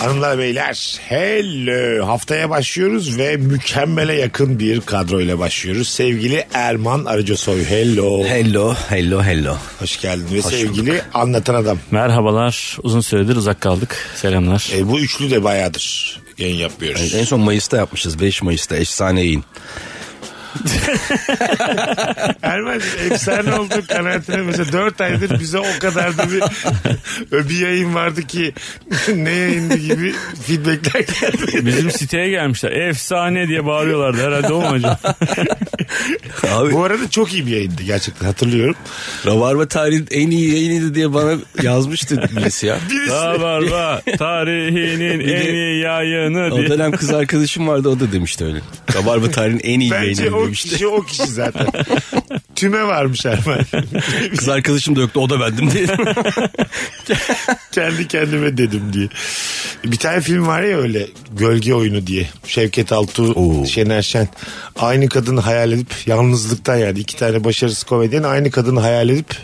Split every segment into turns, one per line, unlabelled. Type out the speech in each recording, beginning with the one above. Hanımlar beyler hello haftaya başlıyoruz ve mükemmele yakın bir kadroyla başlıyoruz. Sevgili Erman Arıcasoy hello.
Hello, hello, hello.
Hoş geldin ve sevgili anlatan adam.
Merhabalar. Uzun süredir uzak kaldık. Selamlar.
E, bu üçlü de bayağıdır yayın yapmıyoruz.
En son Mayıs'ta yapmışız. 5 Mayıs'ta efsane yayın.
Erman efsane oldu kanaatine mesela 4 aydır bize o kadar da bir, e, bir yayın vardı ki ne yayındı gibi feedbackler geldi.
E, Bizim siteye gelmişler. Efsane diye bağırıyorlardı. Herhalde o mu acaba?
Abi
Bu arada çok iyi bir yayındı gerçekten hatırlıyorum.
Rabarba tarihin en iyi yayınıydı diye bana yazmıştı birisi ya.
Birisi
Rabarba tarihinin
de-
en iyi yayını
O
diye.
dönem kız arkadaşım vardı o da demişti öyle. Rabarba tarihin en iyi
Bence
yayını
o
demişti.
kişi o kişi zaten. Tüme varmış Erman.
Kız arkadaşım da yoktu o da bendim diye.
Kendi kendime dedim diye. Bir tane film var ya öyle Gölge Oyunu diye. Şevket Altuğ, Şener Şen. Aynı kadını hayal edip yalnızlıktan yani iki tane başarısız komedyen aynı kadını hayal edip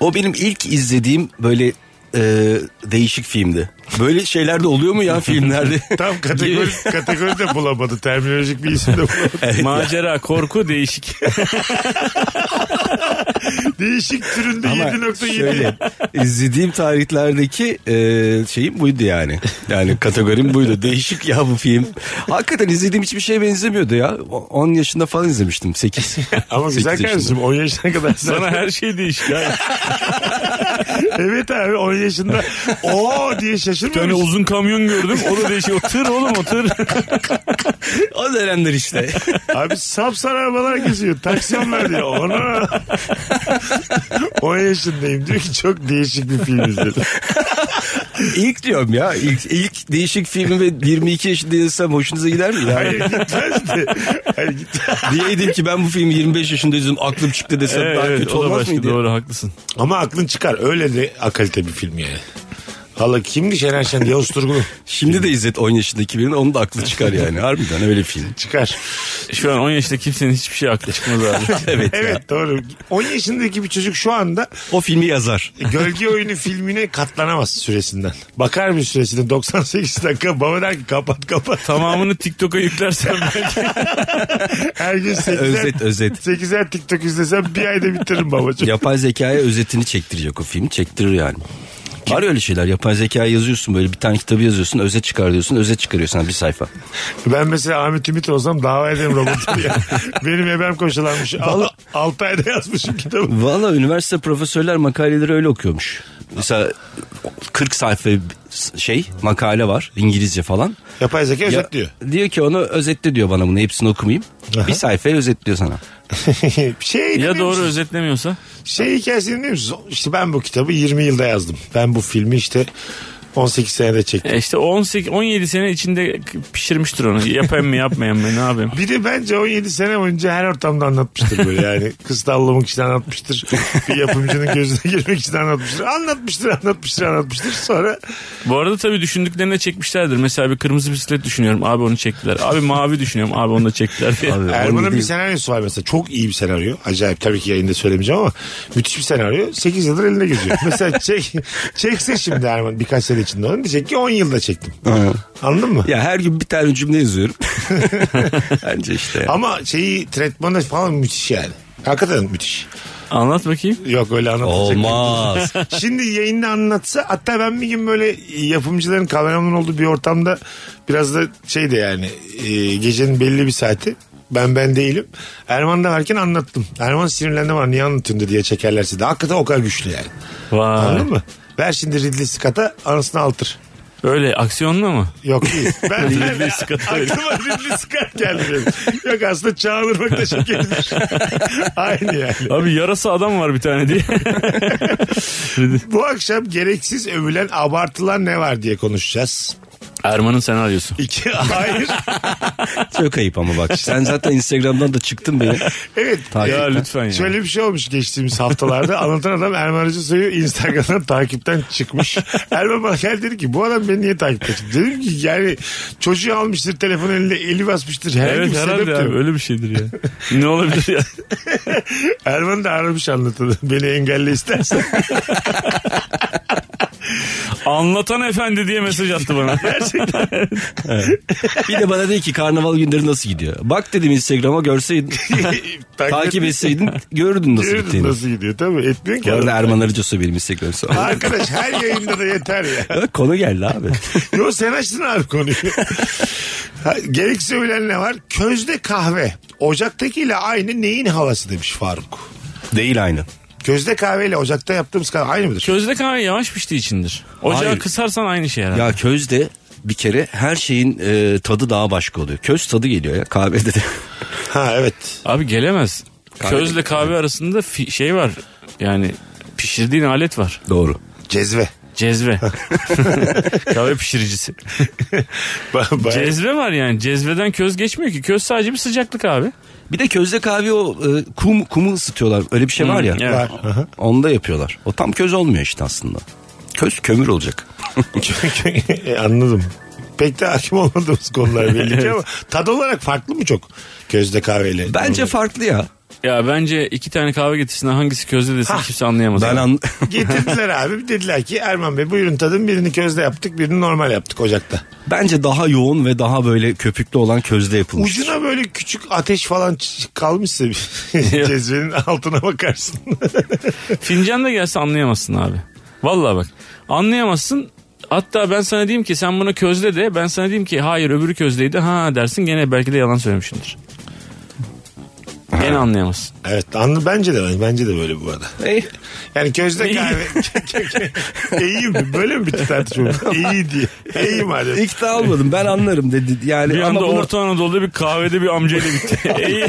o benim ilk izlediğim böyle e, değişik filmdi. Böyle şeyler de oluyor mu ya filmlerde?
tam kategori, kategori de bulamadı. Terminolojik bir isim de bulamadı.
Macera, korku değişik.
Değişik türünde
Ama
7.7.
şöyle izlediğim tarihlerdeki e, şeyim buydu yani. Yani kategorim buydu. Değişik ya bu film. Hakikaten izlediğim hiçbir şeye benzemiyordu ya. O- 10 yaşında falan izlemiştim. 8.
Ama güzel kardeşim 10 yaşına kadar sen...
Sana her şey değişik. abi.
evet abi 10 yaşında o diye
Bir tane
şaşırmamış.
uzun kamyon gördüm. O da değişik. O tır oğlum o tır.
O dönemler işte.
Abi sapsarı arabalar geziyor. Taksiyonlar diyor. Ona. 10 yaşındayım diyor ki çok değişik bir film izledim.
ilk diyorum ya. İlk, ilk değişik filmi ve 22 yaşında izlesem hoşunuza gider mi? ya?
Hayır gitmez de. Hayır gitmez.
Diyeydim ki ben bu filmi 25 yaşında izledim aklım çıktı desem
Evet,
daha
evet,
kötü
o da
olmaz
başka
mıydı?
doğru haklısın.
Ama aklın çıkar. Öyle de akalite bir film yani. Valla kimdi Şener Şen? Yavuz Turgul'u.
Şimdi de izlet 10 yaşındaki birini onun da aklı çıkar yani. Harbiden öyle film.
Çıkar.
Şu an 10 yaşında kimsenin hiçbir şey aklı çıkmaz abi.
Evet, ya.
Evet doğru. 10 yaşındaki bir çocuk şu anda
O filmi yazar.
Gölge Oyunu filmine katlanamaz süresinden. Bakar bir süresinde 98 dakika baba der ki kapat kapat.
Tamamını TikTok'a yüklersen belki.
Her gün 8'er,
Özet, özet.
8'er TikTok izlesem bir ayda bitiririm babacığım.
Yapay zekaya özetini çektirecek o film. Çektirir yani. Var ya öyle şeyler. Yapay zekaya yazıyorsun böyle bir tane kitabı yazıyorsun. Özet çıkar diyorsun. Özet çıkarıyor sana bir sayfa.
Ben mesela Ahmet Ümit olsam dava ederim robotu diye. Benim ebem koşulanmış. Al, 6 ayda yazmışım kitabı.
Valla üniversite profesörler makaleleri öyle okuyormuş. Mesela 40 sayfa şey makale var. İngilizce falan.
Yapay zeka
Ya-
özet diyor.
Diyor ki onu özetle diyor bana bunu. Hepsini okumayayım.
Aha.
Bir sayfaya özetliyor sana.
şey,
ya
ya
doğru özetlemiyorsa?
şey hikayesini dinliyor musunuz? İşte ben bu kitabı 20 yılda yazdım. Ben bu filmi işte 18 senede çektim.
E işte 18, 17 sene içinde pişirmiştir onu. Yapayım mı yapmayayım mı ne yapayım?
Bir de bence 17 sene boyunca her ortamda anlatmıştır böyle yani. Kız tavlamak için anlatmıştır. Bir yapımcının gözüne girmek için anlatmıştır. Anlatmıştır, anlatmıştır, anlatmıştır. Sonra
Bu arada tabii düşündüklerine çekmişlerdir. Mesela bir kırmızı bisiklet düşünüyorum. Abi onu çektiler. Abi mavi düşünüyorum. Abi onu da çektiler diye.
Abi,
Erman'ın bir
değil.
senaryosu var mesela. Çok iyi bir senaryo. Acayip tabii ki yayında söylemeyeceğim ama müthiş bir senaryo. 8 yıldır elinde geziyor. mesela çek, çekse şimdi Erman birkaç sene içinde onu diyecek ki 10 yılda çektim. Anladın mı?
Ya her gün bir tane cümle yazıyorum. Bence işte.
Ama şeyi tretmanı falan müthiş yani. Hakikaten müthiş.
Anlat bakayım.
Yok öyle şey anlatacak.
Olmaz.
Şimdi yayında anlatsa hatta ben bir gün böyle yapımcıların kameraman olduğu bir ortamda biraz da şey de yani e, gecenin belli bir saati ben ben değilim. Erman da varken anlattım. Erman sinirlendi var niye anlatıyorsun diye çekerlerse de hakikaten o kadar güçlü yani.
Vay.
Anladın mı? Ver şimdi Ridley Scott'a anasını altır.
Öyle aksiyonlu mu?
Yok değil. Ben
Ridley Scott öyle.
aklıma Ridley Scott geldi benim. Yok aslında Çağınırmak da çekebilir. şey. Aynı yani.
Abi yarası adam var bir tane diye.
Bu akşam gereksiz övülen abartılan ne var diye konuşacağız.
Erman'ın senaryosu.
İki, hayır.
Çok ayıp ama bak. Sen zaten Instagram'dan da çıktın beni.
Evet.
Takip.
Ya lütfen ya.
Şöyle bir şey olmuş geçtiğimiz haftalarda. Anlatan adam Erman Arıcı Soy'u Instagram'dan takipten çıkmış. Erman bana geldi dedi ki bu adam beni niye takipten çıktı? Dedim ki yani çocuğu almıştır telefon eline eli basmıştır. Herhangi bir
evet
sebep
herhalde
de
abi
yok.
öyle bir şeydir ya. ne olabilir ya?
Erman da aramış anlatan. Beni engelle istersen.
Anlatan efendi diye mesaj attı bana.
Bir de bana dedi ki karnaval günleri nasıl gidiyor? Bak dedim Instagram'a görseydin. takip etseydin görürdün nasıl
Görüyorsun
gittiğini.
Nasıl gidiyor tabii. Etmiyorsun
Bu
ki.
arada
adam.
Erman Arıcosu benim Instagram hesabım.
Arkadaş her yayında da yeter ya.
Konu geldi abi.
Yo sen açtın abi konuyu. Ha, Gerekse ölen ne var? Közde kahve. Ocaktakiyle aynı neyin havası demiş Faruk.
Değil aynı.
Közde kahveyle ocakta yaptığımız kahve aynı mıdır?
Közde kahve yavaş piştiği içindir. Ocağı
Hayır.
kısarsan aynı şey herhalde.
Ya közde bir kere her şeyin e, tadı daha başka oluyor. Köz tadı geliyor ya kahvede de.
Ha evet.
Abi gelemez. Közle kahve arasında fi- şey var. Yani pişirdiğin alet var.
Doğru.
Cezve.
Cezve. kahve pişiricisi.
Ba- baya-
Cezve var yani. Cezveden köz geçmiyor ki. Köz sadece bir sıcaklık abi.
Bir de közde kahve o e, kum kumu ısıtıyorlar. Öyle bir şey var ya.
evet.
Var. Aha.
Onu da yapıyorlar. O tam köz olmuyor işte aslında. Köz kömür olacak.
E, Anladım. Pek de hakim olmadığımız konular belli ki ama tad olarak farklı mı çok közde kahveyle?
Bence farklı ya.
Ya bence iki tane kahve getirsinler hangisi közde desin kimse anlayamaz.
Ben an...
Getirdiler abi dediler ki Erman Bey buyurun tadın birini közde yaptık birini normal yaptık ocakta.
Bence daha yoğun ve daha böyle köpüklü olan közde yapılmış.
Ucuna böyle küçük ateş falan ç- kalmışsa bir cezvenin altına bakarsın.
Fincan da gelse anlayamazsın abi. Vallahi bak anlayamazsın. Hatta ben sana diyeyim ki sen bunu közle de ben sana diyeyim ki hayır öbürü közleydi ha dersin gene belki de yalan söylemişimdir. Gene anlayamazsın.
evet anlı bence de bence de böyle bu arada.
Ey,
Yani közde
İyi.
kahve. İyi mi? Böyle mi bitti tartışma? İyi diye. İyi madem.
İkna olmadım ben anlarım dedi. Yani
Bir anda
ama bunu,
Orta Anadolu'da bir kahvede bir amcayla bitti. İyi.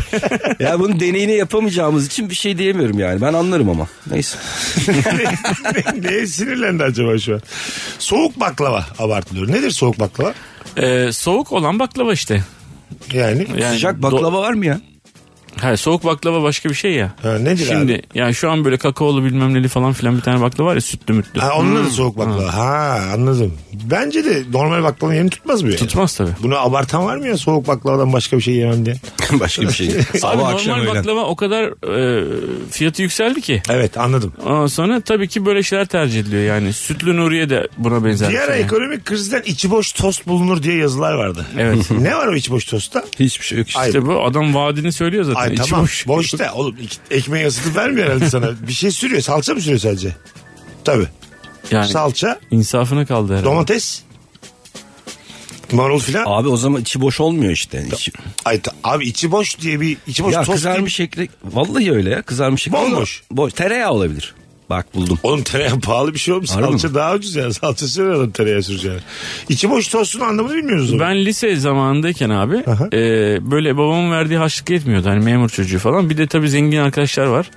ya bunu deneyini yapamayacağımız için bir şey diyemiyorum yani. Ben anlarım ama. Neyse.
Neye sinirlendi acaba şu an? Soğuk baklava abartılıyor. Nedir soğuk baklava?
Ee, soğuk olan baklava işte.
Yani.
Yani
Sıcak
do-
baklava var mı ya?
ha, soğuk baklava başka bir şey ya.
Ha, nedir
Şimdi
abi?
yani şu an böyle kakaolu bilmem neli falan filan bir tane baklava var ya sütlü mütlü.
Ha, onunla da soğuk baklava. Ha anladım. Bence de normal baklavanın yerini tutmaz mı yani?
Tutmaz tabii.
Bunu abartan var mı ya soğuk baklavadan başka bir şey yemem diye?
Başka bir şey.
Abi
Sabah akşam
normal
öğlen.
baklava o kadar e, fiyatı yükseldi ki.
Evet anladım.
Ondan sonra tabii ki böyle şeyler tercih ediliyor yani. Sütlü Nuriye de buna benzer. bir
Bir ara
şey.
ekonomik krizden içi boş tost bulunur diye yazılar vardı.
Evet.
ne var o içi boş tostta?
Hiçbir şey yok işte.
Ay,
İşte bu adam vaadini söylüyor zaten.
ay
İçi
tamam boş.
boş.
da oğlum ik- ekmeği ısıtıp vermiyor herhalde sana. Bir şey sürüyor salça mı sürüyor sadece? Tabii.
Yani
Salça,
insafına kaldı herhalde.
domates, marul filan.
Abi o zaman içi boş olmuyor işte. İçi-
Ay ta- abi içi boş diye bir içi boş
ya
tost diye bir
kızarmış şekli. Vallahi öyle ya kızarmış şekli.
Bomboş.
Boş. Tereyağı olabilir. Bak buldum.
Oğlum tereyağı pahalı bir şey olmuş.
Harbi
Salça daha ucuz ya. Salça sürüyor adam tereyağı süreceğine. İçi boş tostun anlamını bilmiyoruz. Ben...
Ben lise zamanındayken abi
Aha.
e, böyle babamın verdiği harçlık yetmiyordu. Hani memur çocuğu falan. Bir de tabii zengin arkadaşlar var.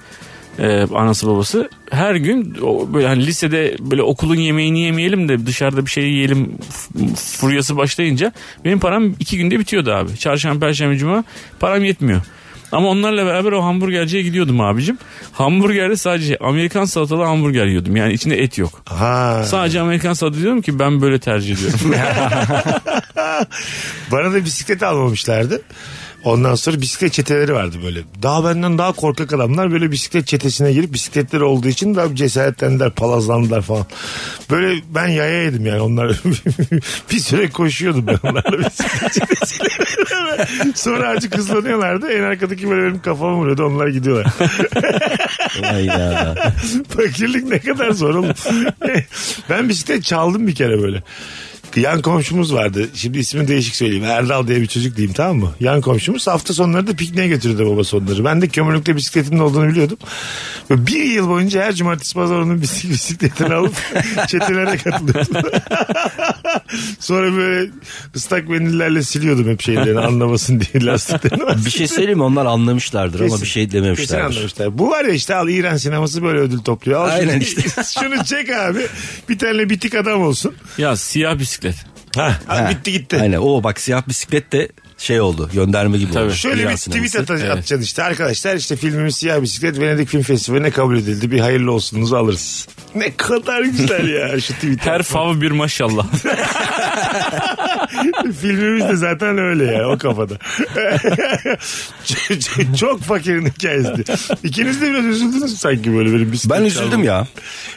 E, anası babası. Her gün o, böyle hani lisede böyle okulun yemeğini yemeyelim de dışarıda bir şey yiyelim f- furyası başlayınca benim param iki günde bitiyordu abi. Çarşamba, perşembe, cuma param yetmiyor. Ama onlarla beraber o hamburgerciye gidiyordum abicim. Hamburgerde sadece Amerikan salatalı hamburger yiyordum. Yani içinde et yok.
Ha.
Sadece Amerikan salatalı diyorum ki ben böyle tercih ediyorum.
Bana da bisiklet almamışlardı. Ondan sonra bisiklet çeteleri vardı böyle. Daha benden daha korkak adamlar böyle bisiklet çetesine girip bisikletleri olduğu için daha bir cesaretlendiler, palazlandılar falan. Böyle ben yaya yedim yani onlar bir süre koşuyordum ben onlarla bisiklet çetesiyle. sonra acı kızlanıyorlardı. En arkadaki böyle benim kafama vuruyordu onlar gidiyorlar.
Vay ya.
Fakirlik ne kadar zor oğlum. ben bisiklet çaldım bir kere böyle. Yan komşumuz vardı. Şimdi ismini değişik söyleyeyim. Erdal diye bir çocuk diyeyim tamam mı? Yan komşumuz hafta sonları da pikniğe götürdü babası onları. Ben de kömürlükte bisikletimin olduğunu biliyordum. Ve bir yıl boyunca her cumartesi pazar onun bisik- bisikletini alıp çetelere katılıyordum. Sonra böyle ıslak mendillerle siliyordum hep şeylerini anlamasın diye lastiklerini.
bir şey söyleyeyim mi? Onlar anlamışlardır ama bir şey
Kesin
dememişlerdir.
anlamışlar. Bu var ya işte al İran sineması böyle ödül topluyor. Al
Aynen
şunu,
işte.
şunu çek abi. Bir tane bitik adam olsun.
Ya siyah bisiklet.
Ha,
Ha.
bitti gitti.
Aynen. O bak siyah bisiklet de şey oldu. Gönderme gibi
Tabii.
oldu.
Şöyle bir
Dünya
tweet
sineması.
ata- atacaksın işte arkadaşlar işte filmimiz Siyah Bisiklet Venedik Film Festivali'ne kabul edildi. Bir hayırlı olsunuzu alırız. Ne kadar güzel ya şu tweet.
Her fav bir maşallah.
Filmimiz de zaten öyle ya o kafada. Ç- ç- Çok fakirin hikayesi. İkiniz de biraz üzüldünüz sanki böyle benim bisiklet
Ben üzüldüm
çalmam.
ya.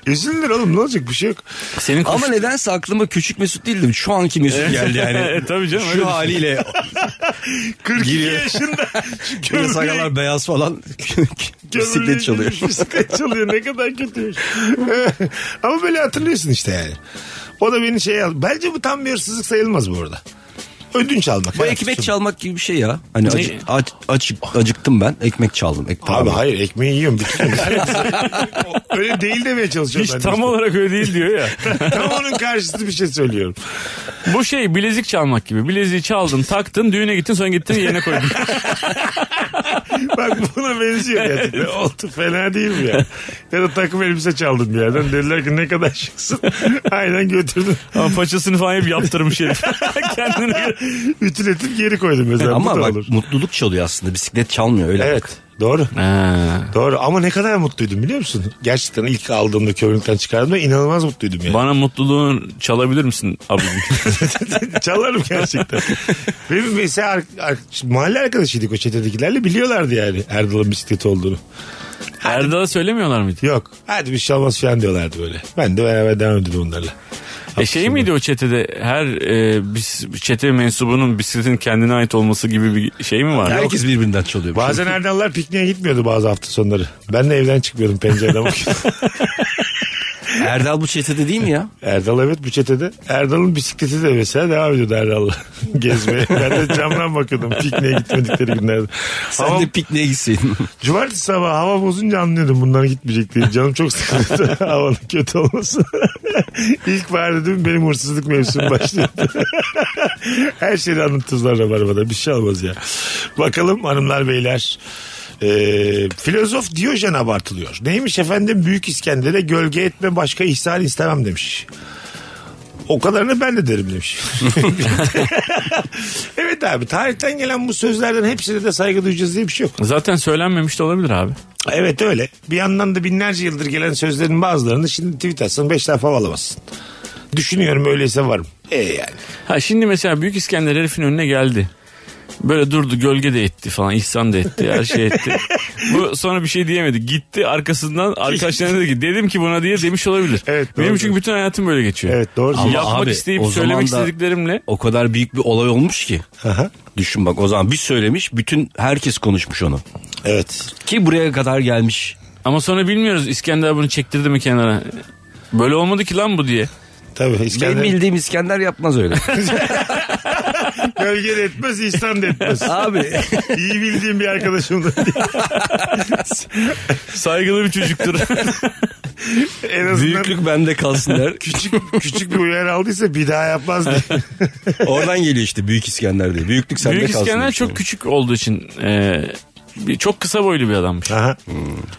Üzüldün oğlum ne olacak bir şey yok.
Senin koş...
Ama nedense aklıma küçük Mesut değildim. Şu anki Mesut geldi yani.
E, tabii canım, öyle
Şu haliyle
42
Giriyor.
yaşında
böyle
gömleği,
sakalar beyaz falan
gömleği
bisiklet çalıyor.
giymiş, bisiklet çalıyor ne kadar kötüymüş. Ama böyle hatırlıyorsun işte yani. O da beni şey al. Bence bu tam bir hırsızlık sayılmaz bu arada. Ödünç almak.
Bu
Evet,
ekmek
şu-
çalmak gibi bir şey ya. Hani acı, ac- acık- acıktım ben. Ekmek çaldım. Ek-
Abi hayır ekmeği yiyorum. bitiriyorum. öyle değil demeye çalışıyorum.
hiç
ben de
tam
işte.
olarak öyle değil diyor ya.
Tam onun karşısı bir şey söylüyorum.
Bu şey bilezik çalmak gibi. Bileziği çaldın, taktın, düğüne gittin, sonra gittin yerine koydun.
Bak buna benziyor gerçekten. Oldu fena değil mi ya? Ya da takım elbise çaldın bir yerden. Dediler ki ne kadar şıksın. Aynen götürdüm.
Ama paçasını falan hep yaptırmış herif. Kendine göre.
Ütületip geri koydum mesela.
Ama
Bu da
bak
olur.
mutluluk çalıyor aslında. Bisiklet çalmıyor öyle.
Evet. Doğru. Doğru. Ama ne kadar mutluydum biliyor musun? Gerçekten ilk aldığımda körlükten çıkardığımda inanılmaz mutluydum yani.
Bana mutluluğunu çalabilir misin abi?
Çalarım gerçekten. Benim mesela ar- ar- mahalle arkadaşıydık o çetedekilerle biliyorlardı yani Erdal'ın bisikleti olduğunu.
Erdal'a söylemiyorlar mıydı?
Yok. Hadi bir şey olmaz falan diyorlardı böyle. Ben de beraber devam ediyordum onlarla.
E şey miydi o çetede her e, bis- çete mensubunun bisikletin kendine ait olması gibi bir şey mi var?
Herkes birbirinden çalıyor.
Bazen Erdallar pikniğe gitmiyordu bazı hafta sonları. Ben de evden çıkmıyordum pencereden bakıyordum.
Erdal bu çetede değil mi ya?
Erdal evet bu çetede. Erdal'ın bisikleti de mesela devam ediyordu Erdal'la gezmeye. Ben de camdan bakıyordum pikniğe gitmedikleri günlerde. Hava,
Sen de pikniğe gitseydin.
Cumartesi sabahı hava bozunca anlıyordum bunlar gitmeyecek diye. Canım çok sıkıldı havanın kötü olması. İlk var dedim benim hırsızlık mevsimi başladı. Her şeyi anlatırlar Rabarba'da bir şey olmaz ya. Bakalım hanımlar beyler. Ee, filozof Diyojen abartılıyor. Neymiş efendim Büyük İskender'e gölge etme başka ihsan istemem demiş. O kadarını ben de derim demiş. evet abi tarihten gelen bu sözlerden hepsine de saygı duyacağız diye bir şey yok.
Zaten söylenmemiş de olabilir abi.
Evet öyle. Bir yandan da binlerce yıldır gelen sözlerin bazılarını şimdi tweet atsan 5 defa alamazsın. Düşünüyorum öyleyse varım. E yani.
Ha şimdi mesela Büyük İskender herifin önüne geldi. Böyle durdu gölge de etti falan ihsan da etti her şey etti. Bu sonra bir şey diyemedi. Gitti arkasından arkadaşlarına dedi ki dedim ki buna diye demiş olabilir.
Evet, doğru.
Benim çünkü bütün hayatım böyle geçiyor.
Evet doğru.
Ama
Yapmak
abi,
isteyip
o
söylemek
zaman da-
istediklerimle
O kadar büyük bir olay olmuş ki.
Aha.
Düşün bak o zaman bir söylemiş bütün herkes konuşmuş onu.
Evet.
Ki buraya kadar gelmiş.
ama sonra bilmiyoruz İskender bunu çektirdi mi kenara. Böyle olmadı ki lan bu diye.
Tabii
Benim
İskender
bildiğim İskender yapmaz öyle.
gölge de etmez, ihsan da etmez.
Abi
İyi bildiğim bir arkadaşım da değil.
Saygılı bir çocuktur.
En azından
büyüklük bende kalsın der.
küçük, küçük bir uyarı aldıysa bir daha yapmaz diye.
Oradan geliyor işte Büyük İskender diye. Büyüklük sende
Büyük
kalsın. şey.
İskender
demiş.
çok küçük olduğu için e, bir- çok kısa boylu bir adammış.
Aha.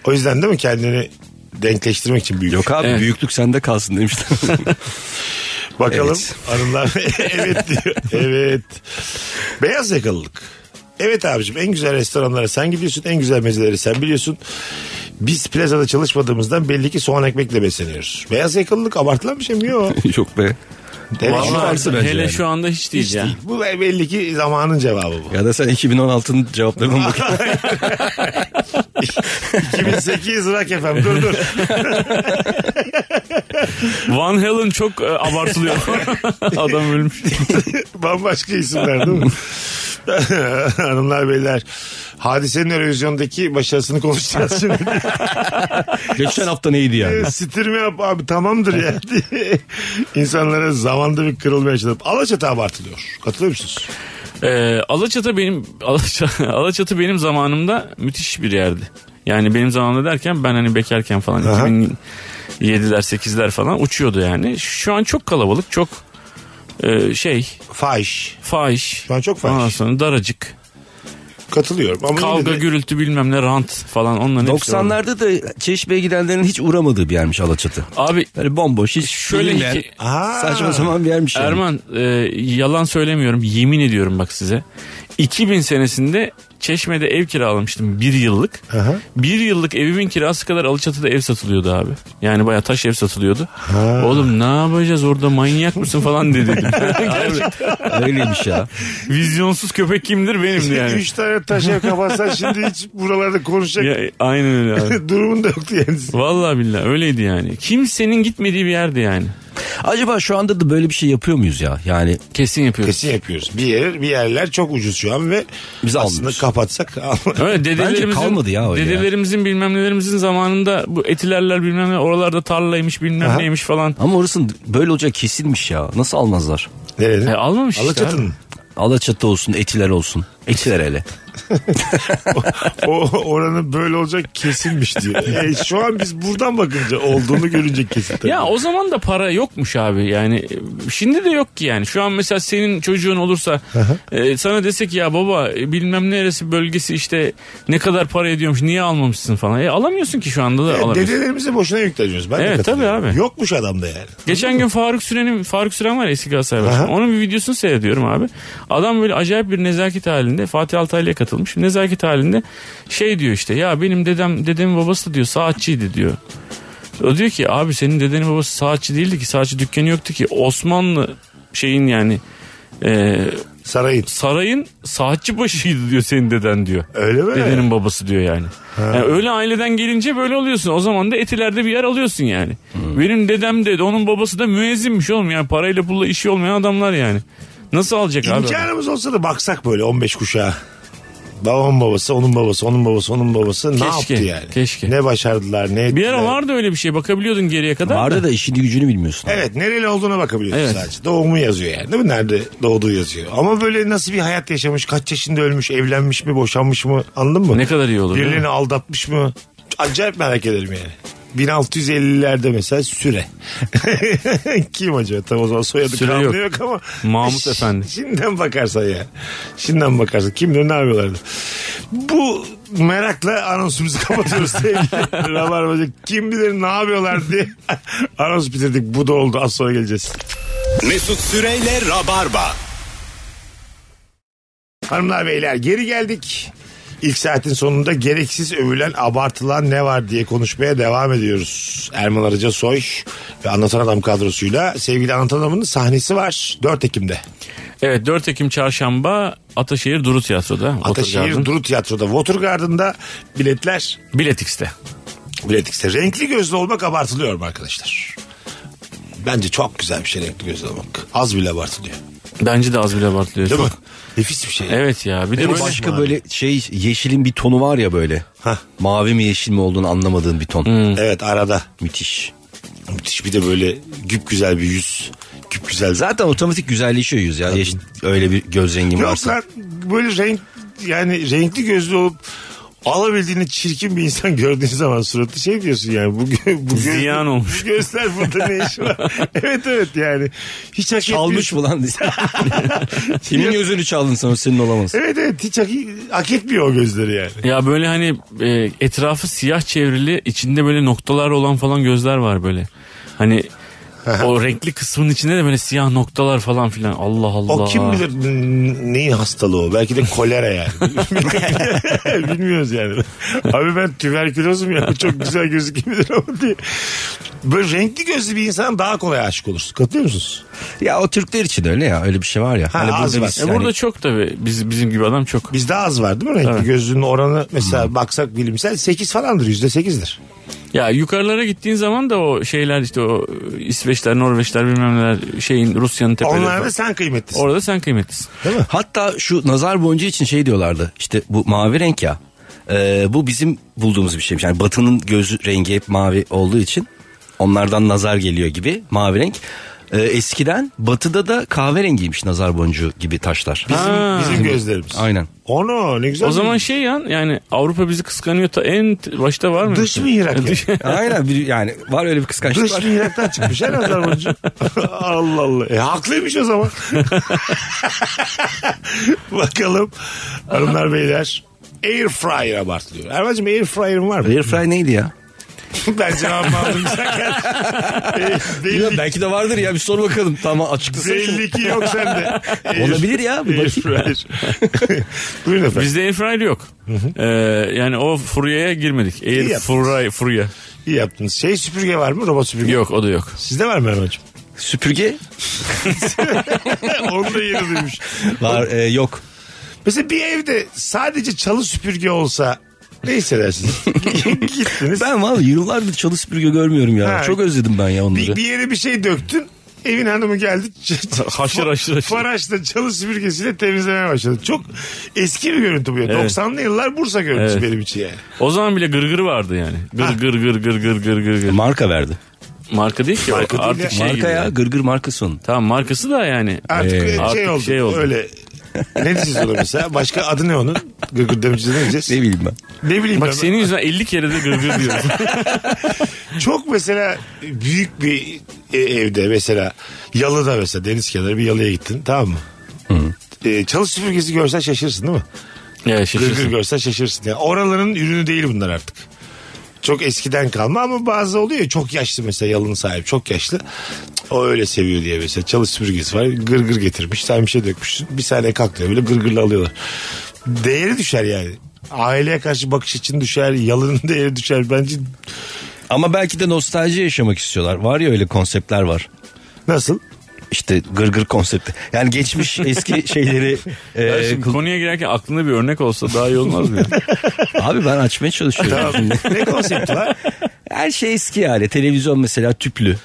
O yüzden değil mi kendini denkleştirmek için büyük.
Hmm.
şey?
Yok abi
Evet.
büyüklük sende kalsın demişler.
Bakalım
Evet.
hanımlar evet diyor. Evet. Beyaz yakalılık. Evet abicim en güzel restoranlara sen gidiyorsun en güzel mezeleri sen biliyorsun. Biz plazada çalışmadığımızdan belli ki soğan ekmekle besleniyoruz. Beyaz yakalılık abartılan bir şey mi? Yok.
Yok be.
Evet,
Vallahi
şu an
Varsa bence
hele
yani.
şu anda hiç değil
hiç
ya.
değil. Bu belli ki zamanın cevabı bu.
Ya da sen 2016'nın cevaplarına mı bakıyorsun?
2008 Rock FM dur dur.
Van Halen çok e, abartılıyor. Adam ölmüş.
Bambaşka isimler değil mi? Hanımlar beyler hadisenin Eurovizyon'daki başarısını konuşacağız şimdi.
Geçen hafta neydi yani?
Sitirme yap abi tamamdır ya diye insanlara zamanda bir kırılma yaşadım. Alaçatı abartılıyor. Katılıyor musunuz?
E, Alaçatı benim Alaçatı, Alaçatı benim zamanımda müthiş bir yerdi. Yani benim zamanımda derken ben hani bekarken falan
Aha.
2007'ler 8'ler falan uçuyordu yani. Şu an çok kalabalık çok e, şey
Fahiş.
fahiş.
Şu an çok fahiş.
Ondan sonra daracık.
Katılıyorum. Ama yine
Kavga,
de-
gürültü bilmem ne rant falan onların hepsi orada.
90'larda da çeşmeye gidenlerin hiç uğramadığı bir yermiş Alaçatı.
Abi
Böyle bomboş hiç
Şöyle
bilinmeyen,
iki-
Aa.
saçma sapan bir yermiş. yani.
Erman e, yalan söylemiyorum yemin ediyorum bak size. 2000 senesinde Çeşme'de ev kiralamıştım bir yıllık.
Aha.
Bir yıllık evimin kirası kadar Alıçatı'da ev satılıyordu abi. Yani bayağı taş ev satılıyordu. Oğlum ne yapacağız orada manyak mısın falan dedi.
Öyleymiş ya.
Vizyonsuz köpek kimdir benim yani.
Üç tane taşa kapatsan şimdi hiç buralarda konuşacak
ya, aynen öyle abi.
durumun da yoktu yani.
Vallahi billahi öyleydi yani. Kimsenin gitmediği bir yerde yani.
Acaba şu anda da böyle bir şey yapıyor muyuz ya? Yani
Kesin yapıyoruz.
Kesin yapıyoruz. Bir yer, bir yerler çok ucuz şu an ve
Biz
aslında
almıyoruz.
kapatsak almıyoruz.
Öyle dedelerimizin,
kalmadı ya öyle ya.
dedelerimizin bilmem nelerimizin zamanında bu etilerler bilmem ne oralarda tarlaymış bilmem
Aha.
neymiş falan.
ama orasının böyle olacak kesilmiş ya. Nasıl almazlar?
Nerede?
E, almamış işte
Alaçatı'nın.
abi.
Alaçatı olsun, etiler olsun. Etiler hele.
O oranın böyle olacak kesilmiş diyor. E, şu an biz buradan bakınca olduğunu görünce kesin tabii.
Ya o zaman da para yokmuş abi yani e, şimdi de yok ki yani şu an mesela senin çocuğun olursa e, sana desek ya baba e, bilmem neresi bölgesi işte ne kadar para ediyormuş niye almamışsın falan. E alamıyorsun ki şu anda da
E,
alamıyorsun.
Dedelerimizi boşuna yükleniyoruz. Ben de
Evet, tabii
katılıyorum.
abi.
Yokmuş adamda yani.
Geçen gün Faruk Süren'in Faruk Süren var ya eski Galatasaray başkanı.
Aha.
Onun bir videosunu seyrediyorum abi. Adam böyle acayip bir nezaket halinde Fatih Altaylı'ya katılmış. Nezaket halinde şey diyor işte ya benim dedem dedemin babası diyor saatçiydi diyor. O diyor ki abi senin dedenin babası saatçi değildi ki saatçi dükkanı yoktu ki Osmanlı şeyin yani e,
Sarayın.
sarayın saatçi başıydı diyor senin deden diyor.
Öyle mi?
Dedenin babası diyor yani. Yani öyle aileden gelince böyle oluyorsun. O zaman da etilerde bir yer alıyorsun yani.
Hmm.
Benim dedem de onun babası da müezzinmiş oğlum. Yani parayla pulla işi olmayan adamlar yani. Nasıl alacak abi? adam?
İmkanımız olsa da baksak böyle 15 kuşağa. Babamın babası, onun babası, onun babası, onun babası ne
Keşke,
yaptı yani?
keşke.
Ne başardılar, ne
Bir
ettiler?
ara vardı öyle bir şey. Bakabiliyordun geriye kadar.
Vardı
da.
da işini gücünü bilmiyorsun.
Evet nereli olduğuna bakabiliyorsun
Evet.
sadece. Doğumu yazıyor yani değil mi? Nerede doğduğu yazıyor. Ama böyle nasıl bir hayat yaşamış, kaç yaşında ölmüş, evlenmiş mi, boşanmış mı anladın mı?
Ne kadar iyi olur. değil mi?
Birilerini aldatmış mı? Acayip merak ederim yani. 1650'lerde mesela süre. Kim acaba? Tam o zaman soyadı
Süre
kanlı
yok.
yok. ama.
Mahmut Efendi.
Şimdiden bakarsan ya. Şimdiden bakarsan. Kim bilir ne yapıyorlardı. Bu merakla anonsumuzu kapatıyoruz sevgili Rabarbacı. Kim bilir ne yapıyorlar diye anons bitirdik. Bu da oldu. Az sonra geleceğiz.
Mesut Süreyle Rabarba.
Hanımlar beyler geri geldik. İlk saatin sonunda gereksiz övülen abartılan ne var diye konuşmaya devam ediyoruz. Erman Arıca Soy ve Anlatan Adam kadrosuyla sevgili Anlatan Adam'ın sahnesi var 4 Ekim'de.
Evet 4 Ekim Çarşamba Ataşehir Duru Tiyatro'da.
Ataşehir
Watergarden.
Duru Tiyatro'da Watergarden'da biletler
Bilet X'te.
biletikse. Renkli gözlü olmak abartılıyor mu arkadaşlar? Bence çok güzel bir şey renkli gözlü olmak. Az bile abartılıyor.
Bence de az bile abartılıyor.
Değil mi?
Çok-
Nefis bir şey.
Evet ya. Bir de
Evet.
böyle
Başka böyle şey yeşilin bir tonu var ya böyle.
Hah.
Mavi mi yeşil mi olduğunu anlamadığın bir ton.
Evet arada.
Müthiş.
Müthiş bir de böyle güp güzel bir yüz. Güp güzel
Zaten otomatik güzelleşiyor yüz ya. Yeşil, öyle bir göz rengin
Yok
varsa.
lan böyle renk yani renkli gözlü olup alabildiğine çirkin bir insan gördüğün zaman suratı şey diyorsun yani bu, gö- bu göz-
Ziyan olmuş.
bu gözler burada ne işi var evet evet yani hiç hak
Çalmış
etmiyorsun.
mı lan? Kimin gözünü çaldın sen o senin olamaz.
Evet evet hiç hak, hak etmiyor o gözleri yani.
Ya böyle hani e, etrafı siyah çevrili içinde böyle noktalar olan falan gözler var böyle. Hani o renkli kısmın içinde de böyle siyah noktalar falan filan. Allah Allah.
O kim bilir n- neyin hastalığı o? Belki de kolera yani. Bilmiyoruz yani. Abi ben tüberkülozum ya. Çok güzel gözükebilir ama diye. Böyle renkli gözlü bir insan daha kolay aşık olursun. Katılıyor musunuz?
Ya o Türkler için öyle ya. Öyle bir şey var ya.
Ha, az var.
E burada çok tabii biz, bizim gibi adam çok.
Bizde az var değil mi renkli
Evet. Hmm.
gözlüğün oranı mesela baksak bilimsel 8 falandır %8'dir.
Ya yukarılara gittiğin zaman da o şeyler işte o İsveçler, Norveçler bilmem neler şeyin Rusya'nın tepeleri.
Onlarda
falan.
sen kıymetlisin.
Orada sen kıymetlisin.
Hatta şu nazar boncuğu için şey diyorlardı. İşte bu mavi renk ya. Ee, bu bizim bulduğumuz bir şeymiş. Yani batının göz rengi hep mavi olduğu için onlardan nazar geliyor gibi mavi renk. e, eskiden batıda da kahverengiymiş nazar boncuğu gibi taşlar.
Bizim,
Ha.
bizim gözlerimiz.
Aynen.
Onu ne güzel.
O zaman şey ya yani Avrupa bizi kıskanıyor ta en t- başta var mı?
Dış mihrak ya.
Dış-
Aynen bir, yani var öyle bir kıskançlık
Dış
var.
mihraktan çıkmış her Azerbaycan. Allah Allah. E, haklıymış o zaman. Bakalım hanımlar beyler. Air fryer abartılıyor. Erman'cığım air fryer'ın var mı?
Airfry neydi ya?
ben cevabımı aldım zaten. E, belli,
belki de vardır ya bir sor bakalım. Tamam açıklasın.
belli ki yok sende. Air-
Olabilir ya, bir
Air
bakayım.
fryer. Buyurun efendim.
Bizde air fryer yok. Ee, yani o furyaya girmedik.
İyi
Air
yaptınız.
fry, furya.
İyi yaptınız. Şey süpürge var mı? Robot süpürge.
Yok o da yok.
Sizde var mı Erman'cığım?
Süpürge
Onu da yeni duymuş.
var e, yok.
Mesela bir evde sadece çalı süpürge olsa ne hissedersiniz? Gittiniz.
Ben vallahi yıllardır çalı süpürge görmüyorum ya.
Ha.
Çok özledim ben ya onları.
Bir, bir yere bir şey döktün. Evin hanımı geldi. ç- ç-
Haşır haşır haşır.
Faraşla çalı süpürgesiyle temizlemeye başladı. Çok eski bir görüntü bu ya.
Evet.
90'lı yıllar Bursa görüntüsü
Evet.
benim için yani.
O zaman bile gırgır vardı yani. Gır gır gır gır gır gır gır gır.
Marka verdi.
Marka değil ki o.
Marka değil ya.
artık şey gibi.
marka ya
yani.
gırgır markası onun.
Tamam markası da yani.
Artık
Ee,
şey,
artık
oldu,
şey oldu.
Öyle. Ne diyeceğiz ona mesela? Başka adı ne onun? Gırgır demircisi ne diyeceğiz?
Ne bileyim ben.
Ne bileyim ben.
Bak senin yüzünden 50 kere de gırgır diyoruz.
Çok mesela büyük bir e- evde mesela yalıda mesela deniz kenarı bir yalıya gittin tamam mı? E, çalı süpürgesi görsen şaşırırsın değil mi?
ya
Gırgır
şaşırsın.
görsen şaşırırsın. Yani oraların ürünü değil bunlar artık. Çok eskiden kalma ama bazı oluyor ya, çok yaşlı mesela yalın sahibi çok yaşlı. O öyle seviyor diye mesela çalı süpürgesi var gırgır getirmiş sen bir şey dökmüş bir saniye kalkıyor böyle gırgırla alıyorlar. Değeri düşer yani. Aileye karşı bakış için düşer, yalının değeri düşer. Bence
Ama belki de nostalji yaşamak istiyorlar. Var ya öyle konseptler var.
nasıl?
İşte gırgır konsepti. Yani geçmiş eski şeyleri. e,
Şimdi
kul-
konuya girerken aklında bir örnek olsa daha iyi olmaz mı? ya?
Abi ben açmaya çalışıyorum.
Tamam.
şimdi.
ne konsepti var?
Her şey eski yani. Televizyon mesela tüplü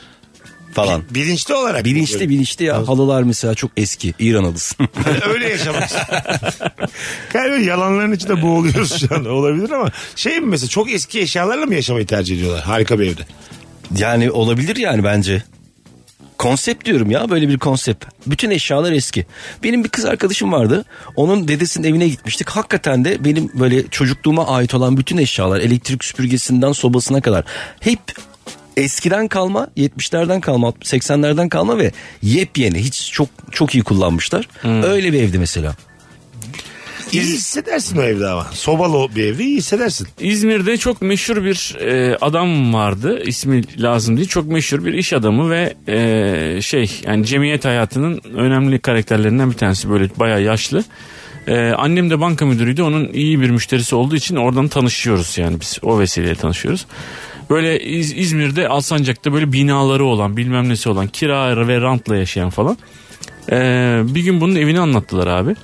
falan.
Bilinçli olarak.
Bilinçli bilinçli ya. Halılar mesela çok eski. İran halısı.
Öyle yaşamak Galiba yalanların içinde boğuluyoruz şu an olabilir ama şey mi mesela çok eski eşyalarla mı yaşamayı tercih ediyorlar harika bir evde?
yani olabilir yani bence. Konsept diyorum ya böyle bir konsept. Bütün eşyalar eski. Benim bir kız arkadaşım vardı. Onun dedesinin evine gitmiştik. Hakikaten de benim böyle çocukluğuma ait olan bütün eşyalar elektrik süpürgesinden sobasına kadar hep eskiden kalma 70'lerden kalma 80'lerden kalma ve yepyeni hiç çok çok iyi kullanmışlar. Öyle bir evdi mesela.
İyi hissedersin o evde ama. Sobalı bir evde iyi hissedersin.
İzmir'de çok meşhur bir e, adam vardı. İsmi lazım değil. Çok meşhur bir iş adamı ve e, şey yani cemiyet hayatının önemli karakterlerinden bir tanesi böyle bayağı yaşlı. E, annem de banka müdürüydü. Onun iyi bir müşterisi olduğu için oradan tanışıyoruz yani biz o vesileyle tanışıyoruz. Böyle İz- İzmir'de Alsancak'ta böyle binaları olan bilmem nesi olan kira ve rantla yaşayan falan. Ee, bir gün bunun evini anlattılar abi.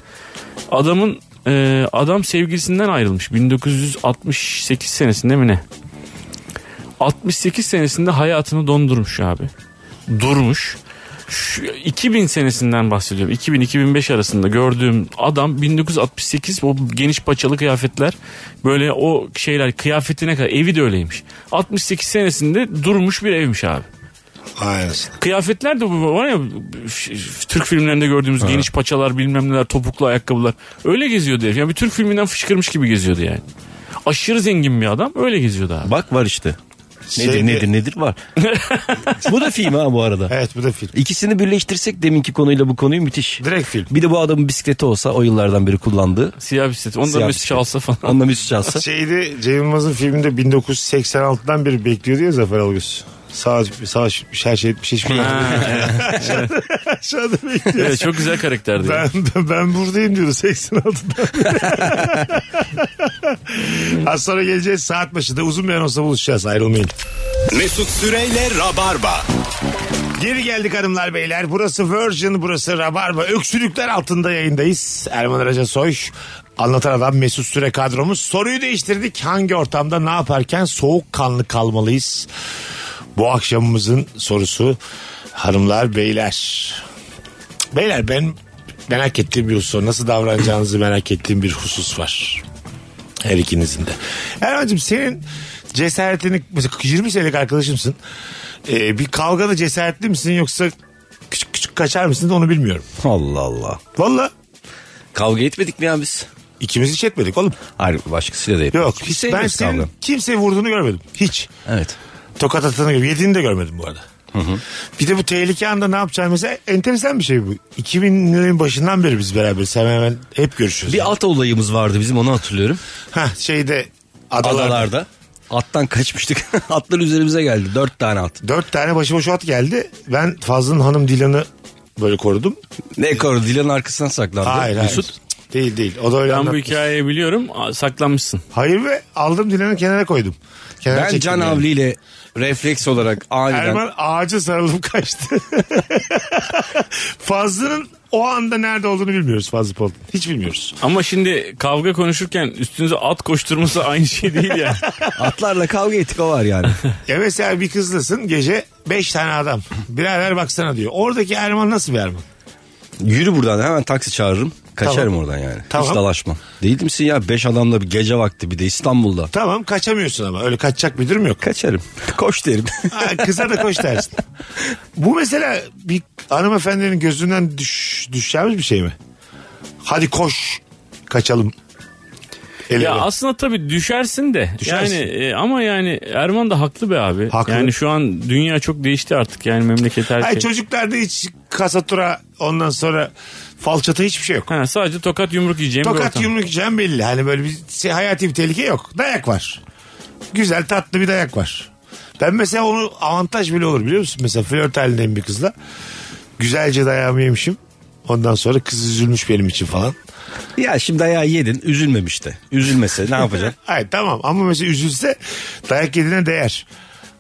Adamın e, adam sevgilisinden ayrılmış 1968 senesinde mi ne? 68 senesinde hayatını dondurmuş abi. Durmuş. Şu 2000 senesinden bahsediyorum. 2000-2005 arasında gördüğüm adam 1968 o geniş paçalı kıyafetler böyle o şeyler kıyafetine kadar evi de öyleymiş. 68 senesinde durmuş bir evmiş abi.
Aynen.
Kıyafetler de bu var ya f- Türk filmlerinde gördüğümüz geniş paçalar bilmem neler topuklu ayakkabılar. Öyle geziyordu herif. Yani bir Türk filminden fışkırmış gibi geziyordu yani. Aşırı zengin bir adam öyle geziyordu abi.
Bak var işte. Nedir
Şeyde-
nedir nedir var. bu da film ha bu arada.
Evet bu da film.
İkisini birleştirsek deminki konuyla bu konuyu müthiş.
Direkt film.
Bir de bu adamın bisikleti olsa o yıllardan beri kullandığı.
Siyah bisiklet. Onu da
Siyah
Mesut
bisiklet.
çalsa falan.
Onunla müzik çalsa.
Şeyde Cem Yılmaz'ın filminde 1986'dan beri bekliyor diye Zafer Algöz. Sağ, sağ, her şey etmiş hiçbir
Ha, evet.
Aşağıda bekliyor.
Evet, çok güzel karakterdi. yani.
Ben, ben buradayım diyordu 86'da. Az sonra geleceğiz saat başında uzun bir anonsla buluşacağız ayrılmayın.
Mesut Süreyle Rabarba.
Geri geldik hanımlar beyler. Burası Virgin, burası Rabarba. Öksürükler altında yayındayız. Erman Araca Soy, anlatan adam Mesut Süre kadromuz. Soruyu değiştirdik. Hangi ortamda ne yaparken soğukkanlı kalmalıyız? Bu akşamımızın sorusu hanımlar beyler. Beyler ben merak ettiğim bir husus var. Nasıl davranacağınızı merak ettiğim bir husus var. Her ikinizin de. Erman'cığım senin cesaretini mesela 20 senelik arkadaşımsın. Ee, bir kavgada cesaretli misin yoksa kaçar mısınız onu bilmiyorum.
Allah Allah.
Valla
Kavga etmedik mi ya biz?
ikimiz hiç etmedik oğlum.
Hayır başkasıyla da etmedik.
Yok.
Hiç
ben
sevmiyoruz
senin
kavga.
kimseyi vurduğunu görmedim. Hiç.
Evet.
Tokat atanı gibi. Yediğini de görmedim bu arada. Bir de bu tehlike anda ne yapacağım mesela enteresan bir şey bu. 2000'lerin başından beri biz beraberiz. Hemen hemen hep görüşüyoruz.
Bir at olayımız vardı bizim onu hatırlıyorum.
Hah, şeyde
Adalarda.
adalarda.
Attan kaçmıştık. Atlar üzerimize geldi. Dört tane at.
Dört tane başıboş at geldi. Ben Fazlı'nın hanım Dilan'ı böyle korudum.
Ne koru Dilan'ın arkasından saklandı.
Hayır hayır.
Mesut.
Cık, Değil değil. O da öyle
Ben bu
anlatmış.
hikayeyi biliyorum. Aa, Saklanmışsın.
Hayır ve aldım Dilan'ı kenara koydum. Kenara
Ben
çektim
Can
yani.
Avli ile refleks olarak aniden
Erman ağaca sarılıp kaçtı. Fazlı'nın o anda nerede olduğunu bilmiyoruz Fazlı Polat. Hiç bilmiyoruz.
Ama şimdi kavga konuşurken üstünüze at koşturması aynı şey değil ya.
atlarla kavga ettik o var yani.
Ya mesela bir kızlasın gece 5 tane adam. Birader baksana diyor. Oradaki Erman nasıl bir Erman?
Yürü buradan hemen taksi çağırırım. Kaçarım
Tamam.
oradan yani.
Tamam.
Hiç dalaşmam. Değil misin ya? Beş adamla bir gece vakti bir de İstanbul'da.
Tamam kaçamıyorsun ama öyle kaçacak bir durum yok.
Kaçarım. Koş derim.
Ha, Kıza da koş dersin. Bu mesela bir hanımefendinin gözünden düş, düşeceğimiz bir şey mi? Hadi koş kaçalım. El
ya
ele.
aslında tabii düşersin de.
Düşersin.
Yani e, ama yani Erman da haklı be abi.
Haklı.
Yani şu an dünya çok değişti artık. Yani memleket her
Ay
şey.
çocuklarda hiç kasatura ondan sonra falçata hiçbir şey yok.
Ha, sadece tokat yumruk yiyeceğim bir
Tokat
ortam.
yumruk yiyeceğim belli. Hani böyle bir şey, hayati bir tehlike yok. Dayak var. Güzel tatlı bir dayak var. Ben mesela onu avantaj bile olur biliyor musun? Mesela flört halindeyim bir kızla. Güzelce dayağımı yemişim. Ondan sonra kız üzülmüş benim için falan.
ya şimdi ayağı yedin. Üzülmemiş de. Üzülmese ne yapacaksın?
Hayır tamam ama mesela üzülse dayak yediğine değer.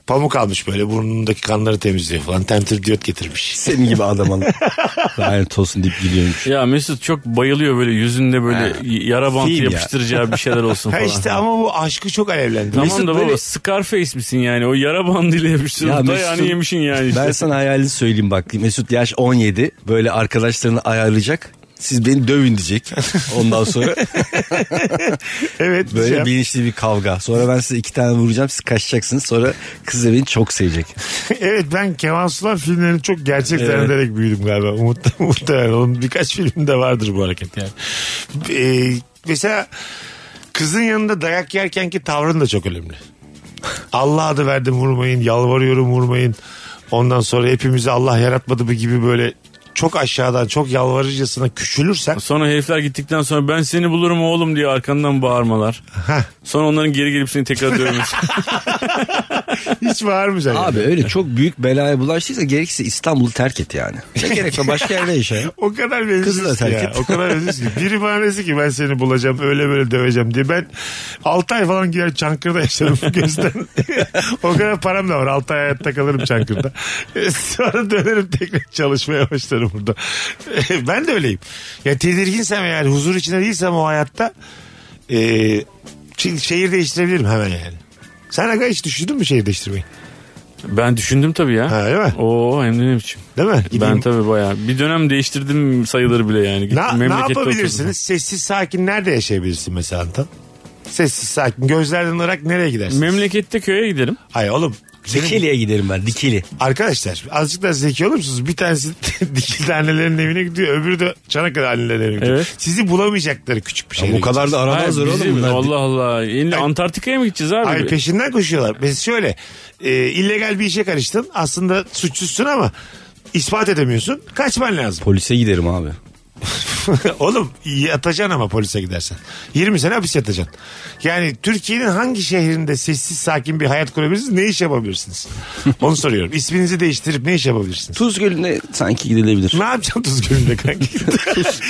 Pamuk almış böyle burnundaki kanları temizliyor falan. Tentir diyot getirmiş.
Senin gibi adamın. Lanet olsun deyip gidiyormuş.
Ya Mesut çok bayılıyor böyle yüzünde böyle yara bantı
Film ya.
yapıştıracağı bir şeyler olsun
Ha
falan.
işte ama bu aşkı çok alevlendirmiş.
Tamam da baba
böyle-
Scarface misin yani? O yara bandıyla yapıştırılmış. Dayağını
Mesut'un-
yemişin yani işte.
Ben sana hayalini söyleyeyim bak. Mesut yaş 17. Böyle arkadaşlarını ayarlayacak. Siz beni dövün diyecek. Ondan sonra
Evet.
böyle
şey-
bilinçli bir kavga. Sonra ben size iki tane vuracağım. Siz kaçacaksınız. Sonra kız da beni çok sevecek.
evet ben Kemal Sular filmlerini çok gerçek
Evet.
zannederek büyüdüm galiba. Umut, muhtemelen onun birkaç filminde vardır bu hareket yani. Ee, mesela kızın yanında dayak yerkenki tavrın da çok önemli. Allah adı verdim vurmayın, yalvarıyorum vurmayın. Ondan sonra hepimizi Allah yaratmadı bu gibi böyle çok aşağıdan çok yalvarıcısına küçülürsen
Sonra herifler gittikten sonra ben seni bulurum oğlum diye arkandan bağırmalar. Sonra onların geri gelip seni tekrar dövmesi.
hiç bağırmayacaksın.
Abi öyle çok büyük belaya bulaştıysa gerekirse İstanbul'u terk et yani. Ne gerek var başka yerde yaşa ya.
O kadar
Kızı da
benziyorsun
terk
ya.
et.
O kadar benziyorsun ki. Biri bana desin ki ben seni bulacağım öyle böyle döveceğim diye. Ben 6 ay falan gider Çankırı'da yaşarım gözden. o kadar param da var. 6 ay hayatta kalırım Çankırı'da. E, Sonra dönerim tekrar çalışmaya başlarım burada. E, ben de öyleyim. Ya tedirginsem yani huzur içinde değilsem o hayatta e, şi- şehir değiştirebilirim hemen yani. Sen aga hiç düşündün mü şehir değiştirmeyi?
ben düşündüm tabii ya.
Ha, öyle mi?
Oo hem de ne biçim.
Değil mi? Gideyim-
Ben tabii bayağı. Bir dönem değiştirdim sayılır bile yani. Gittim
Ne, ne
memlekette
yapabilirsiniz?
oturdum.
Sessiz sakin nerede yaşayabilirsin mesela Antan? Sessiz sakin. Gözlerden ırak nereye gidersin?
Memlekette köye giderim.
Ay oğlum. senin-
Dikili'ye giderim ben Dikili.
Arkadaşlar azıcık daha zeki olur musunuz? Bir tanesi dikildi annelerin evine gidiyor. Öbürü de Çanakkale annelerin evine gidiyor.
Evet.
Sizi bulamayacakları küçük bir şey.
Bu kadar da
Hayır,
aramazlar
bizim-
oğlum bunlar.
Allah Allah. Yeni Antarktika'ya mı gideceğiz abi?
Ay peşinden koşuyorlar. Mesela şöyle e, illegal bir işe karıştın. Aslında suçsuzsun ama ispat edemiyorsun. Kaçman lazım.
Polise giderim abi.
Oğlum yatacaksın ama polise gidersen. 20 sene hapis yatacaksın. Yani Türkiye'nin hangi şehrinde sessiz sakin bir hayat kurabilirsiniz? Ne iş yapabilirsiniz? Onu soruyorum. İsminizi değiştirip ne iş yapabilirsiniz?
Tuz Gölü'ne sanki gidilebilir.
Ne yapacaksın Tuz Gölü'nde kanki?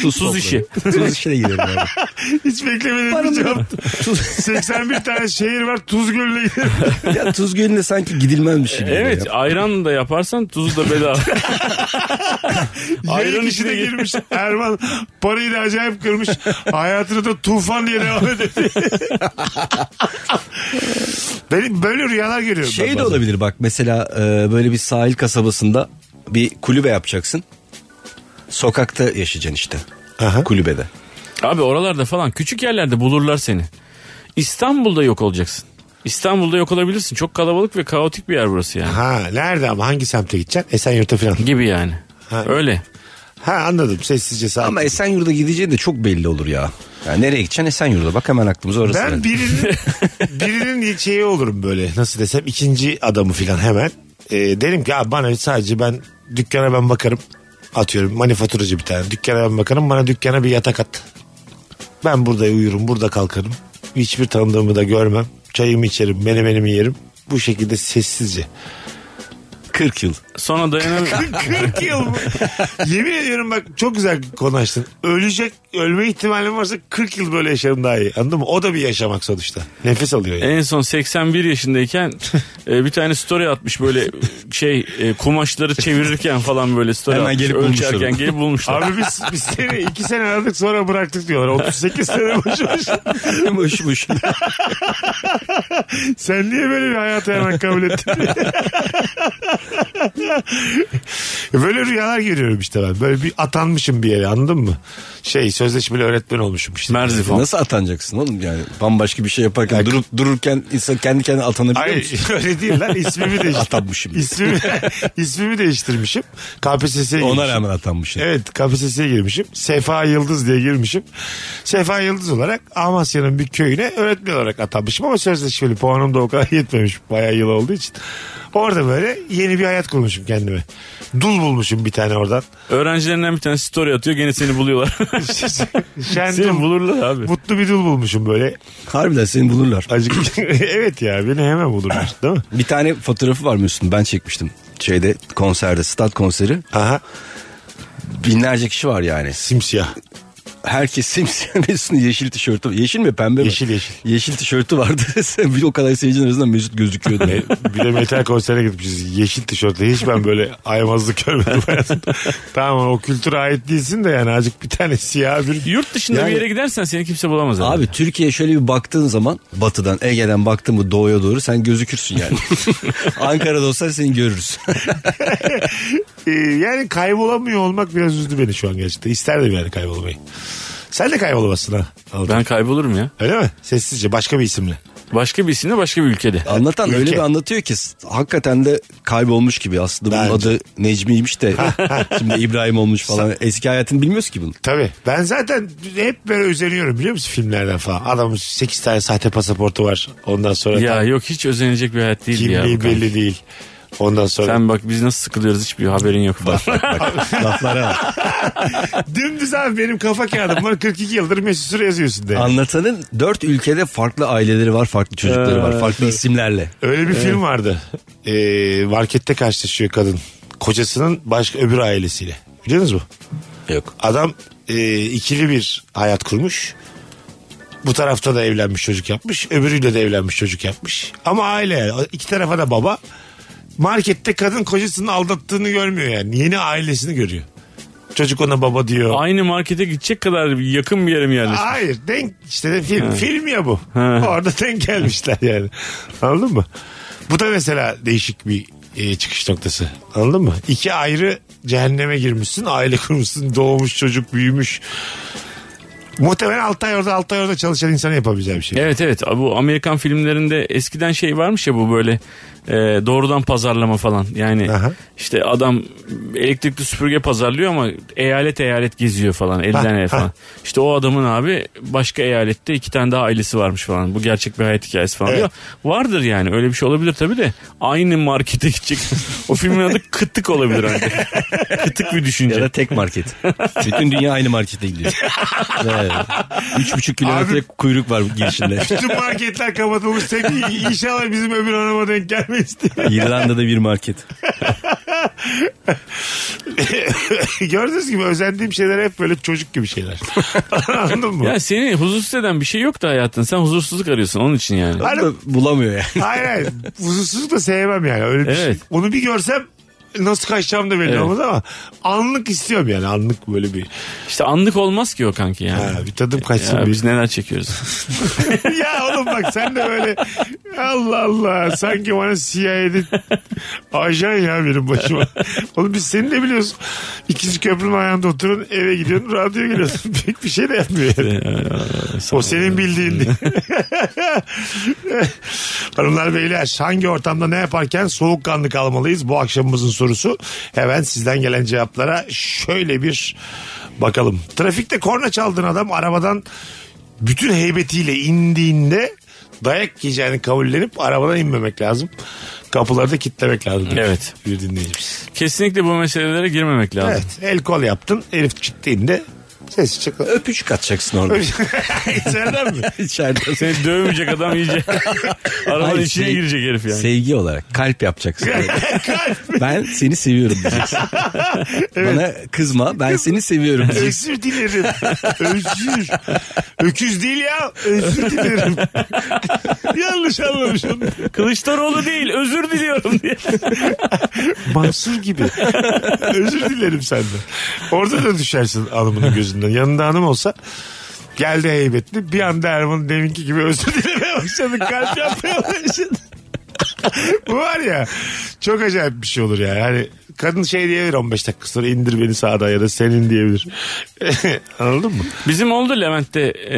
Tuz işi.
Tuz işine giderim abi.
Hiç beklemediğim bir cevap.
Tuz,
81 tane şehir var Tuz Gölü'ne gidelim.
ya Tuz Gölü'ne sanki gidilmez bir şey.
Evet ayran da yaparsan tuzu da bedava.
Ayran
Ayran
işine
işine gir-
girmiş. Erman parayı da acayip kırmış. Hayatını da tufan diye devam ediyor. Benim böyle rüyalar görüyorum. ben
Şey de
bazen.
olabilir bak mesela e, böyle bir sahil kasabasında bir kulübe yapacaksın. Sokakta yaşayacaksın işte.
Aha.
Kulübede.
Abi oralarda falan küçük yerlerde bulurlar seni. İstanbul'da yok olacaksın. İstanbul'da yok olabilirsin. Çok kalabalık ve kaotik bir yer burası yani.
Ha nerede ama hangi semte gideceksin? Esenyurt'a falan.
Gibi yani.
Ha.
Öyle.
Ha anladım sessizce sakin.
Ama Esenyurt'a gideceğin de çok belli olur ya. Yani nereye gideceksin Esenyurt'a bak hemen aklımıza orası.
Ben
geldi.
birinin birinin şeyi olurum böyle nasıl desem ikinci adamı filan hemen. Ee, derim ki abi bana sadece ben dükkana ben bakarım. Atıyorum manifaturacı bir tane. Dükkana ben bakarım bana dükkana bir yatak at. Ben burada uyurum burada kalkarım. Hiçbir tanıdığımı da görmem. Çayımı içerim menemenimi yerim. Bu şekilde sessizce.
40 yıl.
Sonra dayanamıyorum.
40 yıl mı? Yemin ediyorum bak çok güzel konu açtın. Ölecek, ölme ihtimalim varsa 40 yıl böyle yaşarım daha iyi. Anladın mı? O da bir yaşamak sonuçta. Nefes alıyor yani.
en son 81 yaşındayken e, bir tane story atmış böyle şey e, kumaşları çevirirken falan böyle story
Hemen
atmış.
gelip
Ölçerken
bulmuşlar.
gelip bulmuşlar.
Abi biz, biz seni iki sene aradık sonra bıraktık diyorlar. 38 sene boş boş.
Boşmuş.
Sen niye böyle bir hayatı hemen kabul ettin? böyle rüyalar görüyorum işte ben. Böyle bir atanmışım bir yere anladın mı? Şey sözleşmeli öğretmen olmuşum işte.
Merzifon.
Nasıl atanacaksın oğlum yani? Bambaşka bir şey yaparken durup dururken insan kendi kendine atanabiliyor musun?
Hayır öyle değil lan ismimi değiştirmişim.
Atanmışım.
İsmimi, ismimi değiştirmişim. KPSS'ye
Ona
girmişim.
rağmen atanmışsın.
Evet KPSS'ye girmişim. Sefa Yıldız diye girmişim. Sefa Yıldız olarak Amasya'nın bir köyüne öğretmen olarak atanmışım ama sözleşmeli puanım da o kadar yetmemiş bayağı yıl olduğu için. Orada böyle yeni bir hayat kurmuşum kendime. Dul bulmuşum bir tane oradan.
Öğrencilerinden bir tane story atıyor gene seni buluyorlar.
Şen
seni
dul-
bulurlar abi.
Mutlu bir dul bulmuşum böyle.
Harbiden seni bulurlar.
Azıcık evet ya beni hemen bulurlar değil mi?
Bir tane fotoğrafı var Müslüm ben çekmiştim. Şeyde konserde stat konseri
Aha
binlerce kişi var yani.
simsiyah.
Herkes simsiyah Mesut'un yeşil tişörtü. Yeşil mi pembe mi?
Yeşil, yeşil.
Yeşil tişörtü vardı. Sen bir o kadar seyircinin arasında Mesut gözüküyordu.
E, bir de metal konsere gitmişiz. Yeşil tişörtle hiç ben böyle aymazlık görmedim hayatımda. tamam o kültüre ait değilsin de yani azıcık bir tane siyah bir...
Yurt dışında
Yani-
bir yere gidersen seni kimse bulamaz abi.
Abi Türkiye'ye şöyle bir baktığın zaman batıdan Ege'den baktın mı doğuya doğru sen gözükürsün yani. Ankara'da olsan seni görürüz.
E, yani kaybolamıyor olmak biraz üzdü beni şu an gerçekten. İsterdim yani kaybolmayı. Sen de kaybolamazsın ha. Anladım.
Ben kaybolurum ya.
Öyle mi? Sessizce başka bir isimle.
Başka bir isimde başka bir ülkede.
Anlatan
Ülke.
öyle bir anlatıyor ki s- hakikaten de kaybolmuş gibi aslında bunun
Bence.
adı Necmi'ymiş de şimdi İbrahim olmuş falan. Eski hayatını bilmiyoruz ki bunu.
Tabii. Ben zaten hep böyle özeniyorum biliyor musun filmlerden falan. Adamın 8 tane sahte pasaportu var. Ondan sonra
Ya
tam
yok hiç özenecek bir hayat değil ya.
kimliği
bu kanka.
belli değil. Ondan sonra
Sen bak biz nasıl sıkılıyoruz hiçbir haberin yok.
Bak bak bak. Laflara bak.
dümdüz abi benim kafa kağıdım var 42 yıldır Mesut Süre yazıyorsun de.
Anlatanın dört ülkede farklı aileleri var, farklı çocukları var, farklı isimlerle.
Öyle bir film vardı. Ee, markette karşılaşıyor kadın. Kocasının başka öbür ailesiyle. Biliyor musunuz bu?
Yok.
Adam e, ikili bir hayat kurmuş. Bu tarafta da evlenmiş çocuk yapmış. Öbürüyle de evlenmiş çocuk yapmış. Ama aile yani. iki tarafa da baba. Markette kadın kocasının aldattığını görmüyor yani. Yeni ailesini görüyor. Çocuk ona baba diyor.
Aynı markete gidecek kadar yakın bir yere mi yerleşmiş?
Hayır denk işte de film. Film ya bu. Orada denk gelmişler yani. Anladın mı? Bu da mesela değişik bir e, çıkış noktası. Anladın mı? İki ayrı cehenneme girmişsin. Aile kurmuşsun. Doğmuş çocuk büyümüş. Muhtemelen 6 ay orada 6 ay orada çalışan insana yapabileceği bir şey.
Evet evet bu Amerikan filmlerinde eskiden şey varmış ya bu böyle e, doğrudan pazarlama falan. Yani
Aha.
işte adam elektrikli süpürge pazarlıyor ama eyalet eyalet geziyor falan elden ele
ha.
falan. İşte o adamın abi başka eyalette iki tane daha ailesi varmış falan. Bu gerçek bir hayat hikayesi falan
Evet.
diyor. Vardır yani öyle bir şey olabilir tabii de aynı markete gidecek. o filmin adı kıtlık olabilir. Hani. kıtlık bir
Ya
düşünce.
da tek market. Bütün dünya aynı markete gidiyor. Evet. Üç buçuk kilometre
Abi-
kuyruk var girişinde.
Bütün marketler kapatılmış. Sen iyi- inşallah bizim öbür anama denk gelmeyiz diye.
İrlanda'da bir market.
Gördüğünüz gibi özendiğim şeyler hep böyle çocuk gibi şeyler. Anladın mı?
Ya seni huzursuz eden bir şey yok da hayatın. Sen huzursuzluk arıyorsun onun için yani.
Hayır.
Onu da bulamıyor yani.
Hayır hayır. Huzursuzluk da sevmem yani. Öyle bir şey.
Evet.
Onu bir görsem nasıl kaçacağım da belli
Evet.
olmaz ama anlık istiyorum yani anlık böyle bir
İşte anlık olmaz ki o kanki yani.
ha, bir tadım kaçsın
Ya
bir.
biz neler çekiyoruz.
ya oğlum bak sen de böyle Allah Allah sanki bana CIA'de ajan ya benim başıma. Oğlum biz seni de biliyoruz. İkinci köprünün ayağında oturun eve gidiyorsun radyoya geliyorsun. Pek bir şey de yapmıyor yani. o senin bildiğin diye. Hanımlar beyler hangi ortamda ne yaparken soğukkanlı kalmalıyız? Bu akşamımızın sorusu. Hemen sizden gelen cevaplara şöyle bir bakalım. Trafikte korna çaldığın adam arabadan bütün heybetiyle indiğinde dayak yiyeceğini kabullenip arabadan inmemek lazım. Kapıları da kitlemek lazım. demiş
Evet.
Bir dinleyicimiz.
Kesinlikle bu meselelere girmemek lazım.
Evet. El kol yaptın. Herif çıktığında ses çıktı.
Öpücük atacaksın orada.
İçeriden mi?
İçeride.
Seni dövmeyecek adam iyice arabanın
Hayır,
içine
şey-
girecek herif yani.
Sevgi olarak kalp yapacaksın. ben seni seviyorum diyeceksin. Bana kızma ben seni seviyorum diyeceksin.
Özür dilerim. Özür. Öküz değil ya. Özür dilerim. Yanlış anlamışım.
Kılıçdaroğlu değil özür diliyorum diye.
Mansur gibi. Özür dilerim senden. Orada da düşersin hanımının gözünden. Yanında hanım olsa geldi heybetli. Bir anda Erman'ın deminki gibi özür dilemeye başladı. Kalp yapmaya başladı. Bu var ya çok acayip bir şey olur yani. Hani kadın şey diyebilir 15 dakika sonra indir beni sağdan ya da senin diyebilir. Anladın mı?
Bizim oldu Levent'te e,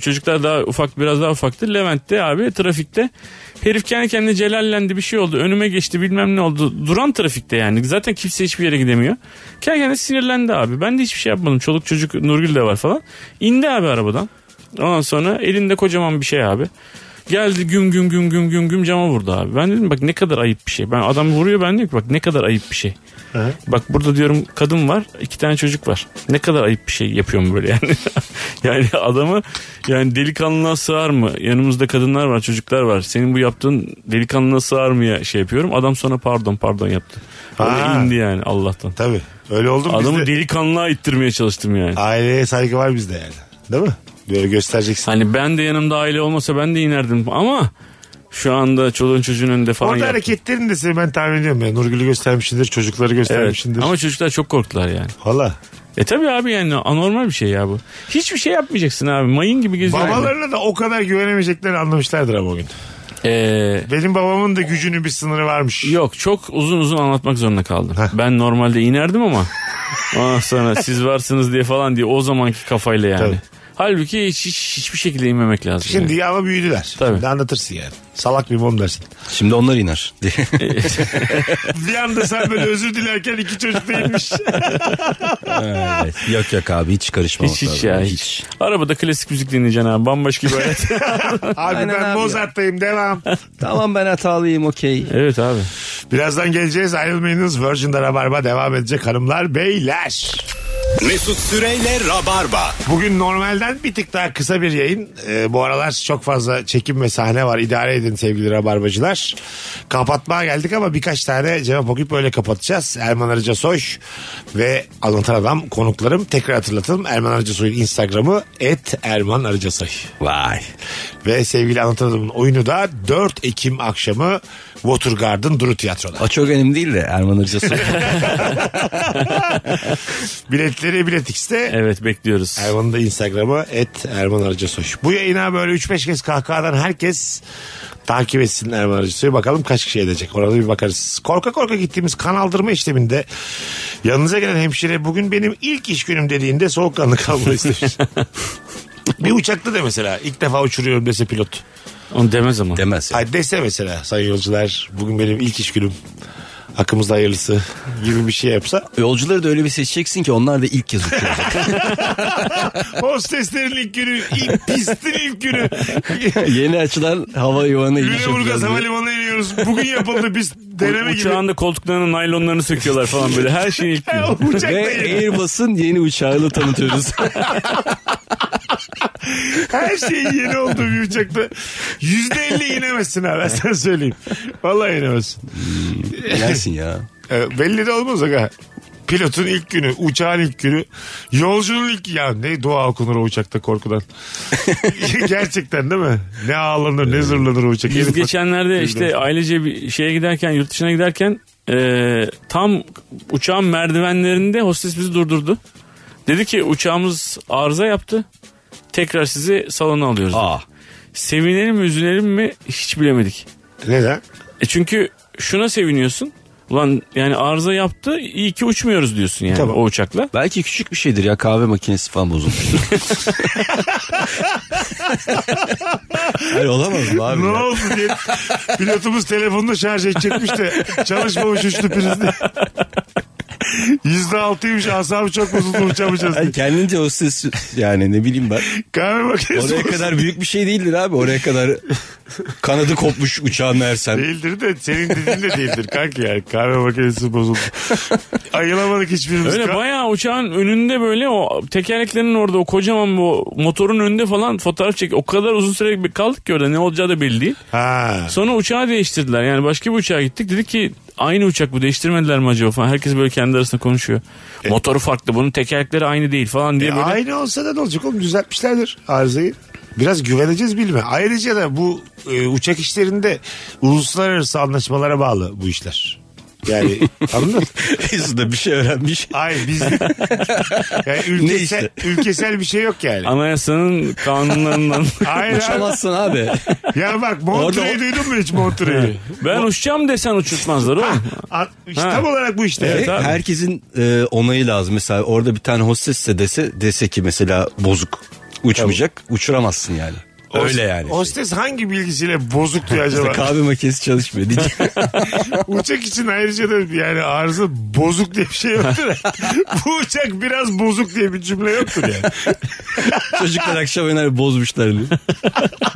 çocuklar daha ufak biraz daha ufaktı. Levent'te abi trafikte herif kendi kendine celallendi bir şey oldu. Önüme geçti bilmem ne oldu. Duran trafikte yani zaten kimse hiçbir yere gidemiyor. Kendi kendine sinirlendi abi. Ben de hiçbir şey yapmadım. Çoluk çocuk Nurgül de var falan. İndi abi arabadan. Ondan sonra elinde kocaman bir şey abi. Geldi güm güm güm güm güm güm cama vurdu abi. Ben dedim bak ne kadar ayıp bir şey. Ben adam vuruyor ben diyorum ki bak ne kadar ayıp bir şey. Bak burada diyorum kadın var iki tane çocuk var. Ne kadar ayıp bir şey yapıyorum böyle yani. yani adamı yani delikanlılığa sığar mı? Yanımızda kadınlar var çocuklar var. Senin bu yaptığın delikanlılığa sığar mı ya şey yapıyorum. Adam sonra pardon pardon yaptı.
Ha.
Öyle indi yani Allah'tan.
Tabii. Öyle oldu mu?
Adamı
Bizde-
delikanlılığa ittirmeye çalıştım yani.
Aileye saygı var bizde yani. Değil mi? Böyle göstereceksin.
Hani ben de yanımda aile olmasa ben de inerdim ama şu anda çoluğun çocuğun önünde falan
Orada
yaptım.
hareketlerini de seni ben tahmin ediyorum. ya. Nurgül'ü göstermişsindir, çocukları
Evet.
göstermişsindir.
Ama çocuklar çok korktular yani.
Valla.
E tabi abi yani anormal bir şey ya bu. Hiçbir şey yapmayacaksın abi. Mayın gibi geziyorsun.
Babalarına da o kadar güvenemeyeceklerini anlamışlardır ama o gün.
Ee,
Benim babamın da gücünün bir sınırı varmış.
yok çok uzun uzun anlatmak zorunda kaldım. Ben normalde inerdim ama ondan sonra siz varsınız diye falan diye o zamanki kafayla yani.
Tabii.
Halbuki hiç, hiç- hiçbir şekilde inmemek lazım.
Şimdi ya ama büyüdüler.
Tabii.
Şimdi anlatırsın yani. Salak bir mom dersin.
Şimdi onlar iner.
bir anda sen böyle özür dilerken iki çocuk değilmiş.
Evet. Yok yok abi hiç
yani.
karışmamak
Hiç hiç
lazım.
ya hiç. Arabada klasik müzik dinleyeceksin abi. Bambaşka bir hayat.
Abi
Aynen
ben
abi ya.
Mozart'tayım devam.
Tamam ben hatalıyım okey.
evet abi.
Birazdan geleceğiz ayrılmayınız. Virgin'de Rabarba devam edecek hanımlar beyler.
Mesut Süreyle Rabarba.
Bugün normalden bir tık daha kısa bir yayın. Ee, bu aralar çok fazla çekim ve sahne var. İdare edin sevgili rabarbacılar. Kapatmaya geldik ama birkaç tane cevap okuyup böyle kapatacağız. Erman Arıca Soy ve Anlatan Adam konuklarım. Tekrar hatırlatalım. Erman Arıca Soy'un Instagram'ı et Erman Arıca Soy.
Vay.
Ve sevgili Anlatan Adam'ın oyunu da 4 Ekim akşamı Watergarden Duru Tiyatro'da.
O çok önemli değil de Erman Arıca soruyor.
Biletleri Bilet X'te.
Evet bekliyoruz.
Erman'ın da Instagram'a et Erman Arıca Soy. Bu yayına böyle 3-5 kez kahkahadan herkes takip etsin Erman Arıca Soy'u. Bakalım kaç kişi edecek. Orada bir bakarız. Korka korka gittiğimiz kan aldırma işleminde yanınıza gelen hemşire bugün benim ilk iş günüm dediğinde soğukkanlı kalmayı istemiş. bir uçakta da mesela ilk defa uçuruyorum dese pilot.
Onu demez ama.
Demez. ya.
Ay dese mesela sayın yolcular bugün benim ilk iş günüm. Hakkımızda hayırlısı gibi bir şey yapsa
Yolcuları da öyle bir seçeceksin ki onlar da ilk kez uçuyor.
hosteslerin ilk günü, ilk pistin ilk günü.
Yeni açılan hava yuvanı
Lüleburgaz
ilişkiler.
Havalimanı'na iniyoruz. Bugün yapıldı biz deneme gibi.
Uçağın da koltuklarının naylonlarını söküyorlar falan böyle. Her şeyin ilk günü.
Uçakla
Ve
ilgili.
Airbus'un yeni uçağını tanıtıyoruz.
Her şeyin yeni olduğu bir uçakta. Yüzde elli inemezsin abi. Ben sana söyleyeyim. Vallahi inemezsin.
Gelsin ya.
Ee, belli de olmaz aga. Pilotun ilk günü, uçağın ilk günü, yolcunun ilk ya ne dua okunur o uçakta korkudan. Gerçekten değil mi? Ne ağlanır, ne zırlanır o uçak.
Biz
Elif-
geçenlerde işte ailece bir şeye giderken yurt dışına giderken e, tam uçağın merdivenlerinde hostes bizi durdurdu. Dedi ki uçağımız arıza yaptı. Tekrar sizi salona alıyoruz.
Aa.
Sevinelim mi üzülelim mi hiç bilemedik.
Neden?
E çünkü şuna seviniyorsun. Ulan yani arıza yaptı iyi ki uçmuyoruz diyorsun yani
Tamam.
o uçakla.
Belki küçük bir şeydir ya kahve makinesi falan bozulmuştur. Hayır olamaz mı abi?
Ne
ya?
oldu diye pilotumuz telefonunu şarj edecekmiş de çalışmamış üçlü priz diye. Yüzde altıymış asabı çok bozuldu uçamayacağız diye.
Yani kendince o ses yani ne bileyim ben.
Kahve makinesi
Oraya
bozuldu.
kadar büyük bir şey değildir abi. Oraya kadar kanadı kopmuş uçağın Ersen.
Değildir de senin dediğin de değildir kanki yani kahve makinesi bozuldu. Ayılamadık hiçbirimiz.
Öyle
Ka-
bayağı uçağın önünde böyle o tekerleklerin orada o kocaman bu motorun önünde falan fotoğraf çek. O kadar uzun süre bir kaldık ki orada ne olacağı da belli değil.
Ha.
Sonra uçağı değiştirdiler yani başka bir uçağa gittik. Dedik ki aynı uçak bu değiştirmediler mi acaba falan. Herkes böyle kendi arasında konuşuyor. Motoru farklı bunun tekerlekleri aynı değil falan diye
E,
böyle.
Aynı olsa da ne olacak oğlum düzeltmişlerdir arızayı. Biraz güveneceğiz bilme. Ayrıca da bu e, uçak işlerinde uluslararası anlaşmalara bağlı bu işler. Yani anladın mı?
da bir şey öğrenmiş.
Hayır biz yani ülkesel, ülkesel bir şey yok yani.
Anayasanın kanunlarından.
Hayır abi.
Uçamazsın abi.
Ya bak Montreux'u
Orada-
duydun mu hiç Montreux'u?
ben uçacağım desen uçurtmazlar oğlum.
A- işte
Ha.
Tam olarak bu işte.
Evet.
E,
abi.
herkesin e, onayı lazım. Mesela orada bir tane hostesse dese dese ki mesela bozuk uçmayacak uçuramazsın yani.
Host-
Öyle yani. şey.
Hostes hangi bilgisiyle bozuktu
İşte
acaba?
kahve makinesi çalışmıyor diyecek.
uçak için ayrıca da yani arıza bozuk diye bir şey yoktur. bu uçak biraz bozuk diye bir cümle yoktur yani.
Çocuklar akşam oynar bozmuşlar diye.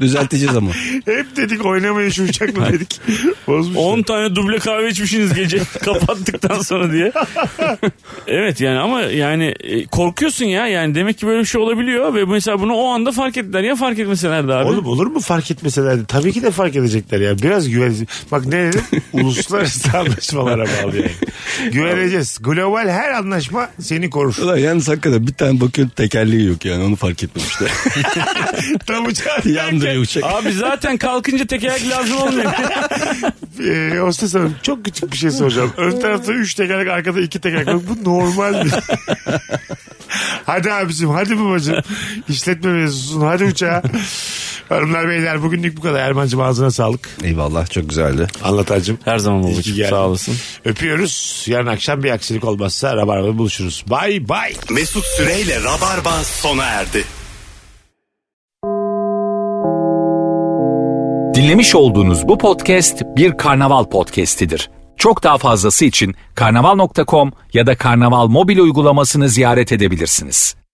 Düzelteceğiz ama.
Hep dedik oynamayın şu uçakla dedik. Bozmuşlar.
10 tane duble kahve içmişsiniz gece kapattıktan sonra diye. evet yani ama yani e, korkuyorsun ya yani demek ki böyle bir şey olabiliyor ve mesela bunu o anda fark ettiler ya fark etmeselerdi abi.
Oğlum olur mu fark etmeselerdi? Tabii ki de fark edecekler ya. Biraz güveneceğiz. Bak ne dedim? Uluslararası anlaşmalara bağlı yani. Güveneceğiz. Global her anlaşma seni korur.
Ulan yalnız hakikaten bir tane bakıyorum tekerleği yok yani onu fark etmemişler.
Tam uçağa
Yandırıyor uçak.
Abi zaten kalkınca tekerlek lazım olmuyor.
Ee, hostes hanım çok küçük bir şey soracağım. Ön tarafta 3 tekerlek arkada 2 tekerlek. var. Bu normal mi? hadi abicim hadi babacım. İşletme mevzusun hadi uçağa. Hanımlar beyler bugünlük bu kadar. Erman'cım ağzına sağlık.
Eyvallah çok güzeldi.
Anlatacım.
Her zaman
İyi ki geldin.
babacığım sağ olasın.
Öpüyoruz. Yarın akşam bir aksilik olmazsa Rabarba'da buluşuruz. Bay bay.
Mesut Süreyle Rabarba sona erdi.
Dinlemiş olduğunuz bu podcast bir karnaval podcastidir. Çok daha fazlası için karnaval.com ya da karnaval mobil uygulamasını ziyaret edebilirsiniz.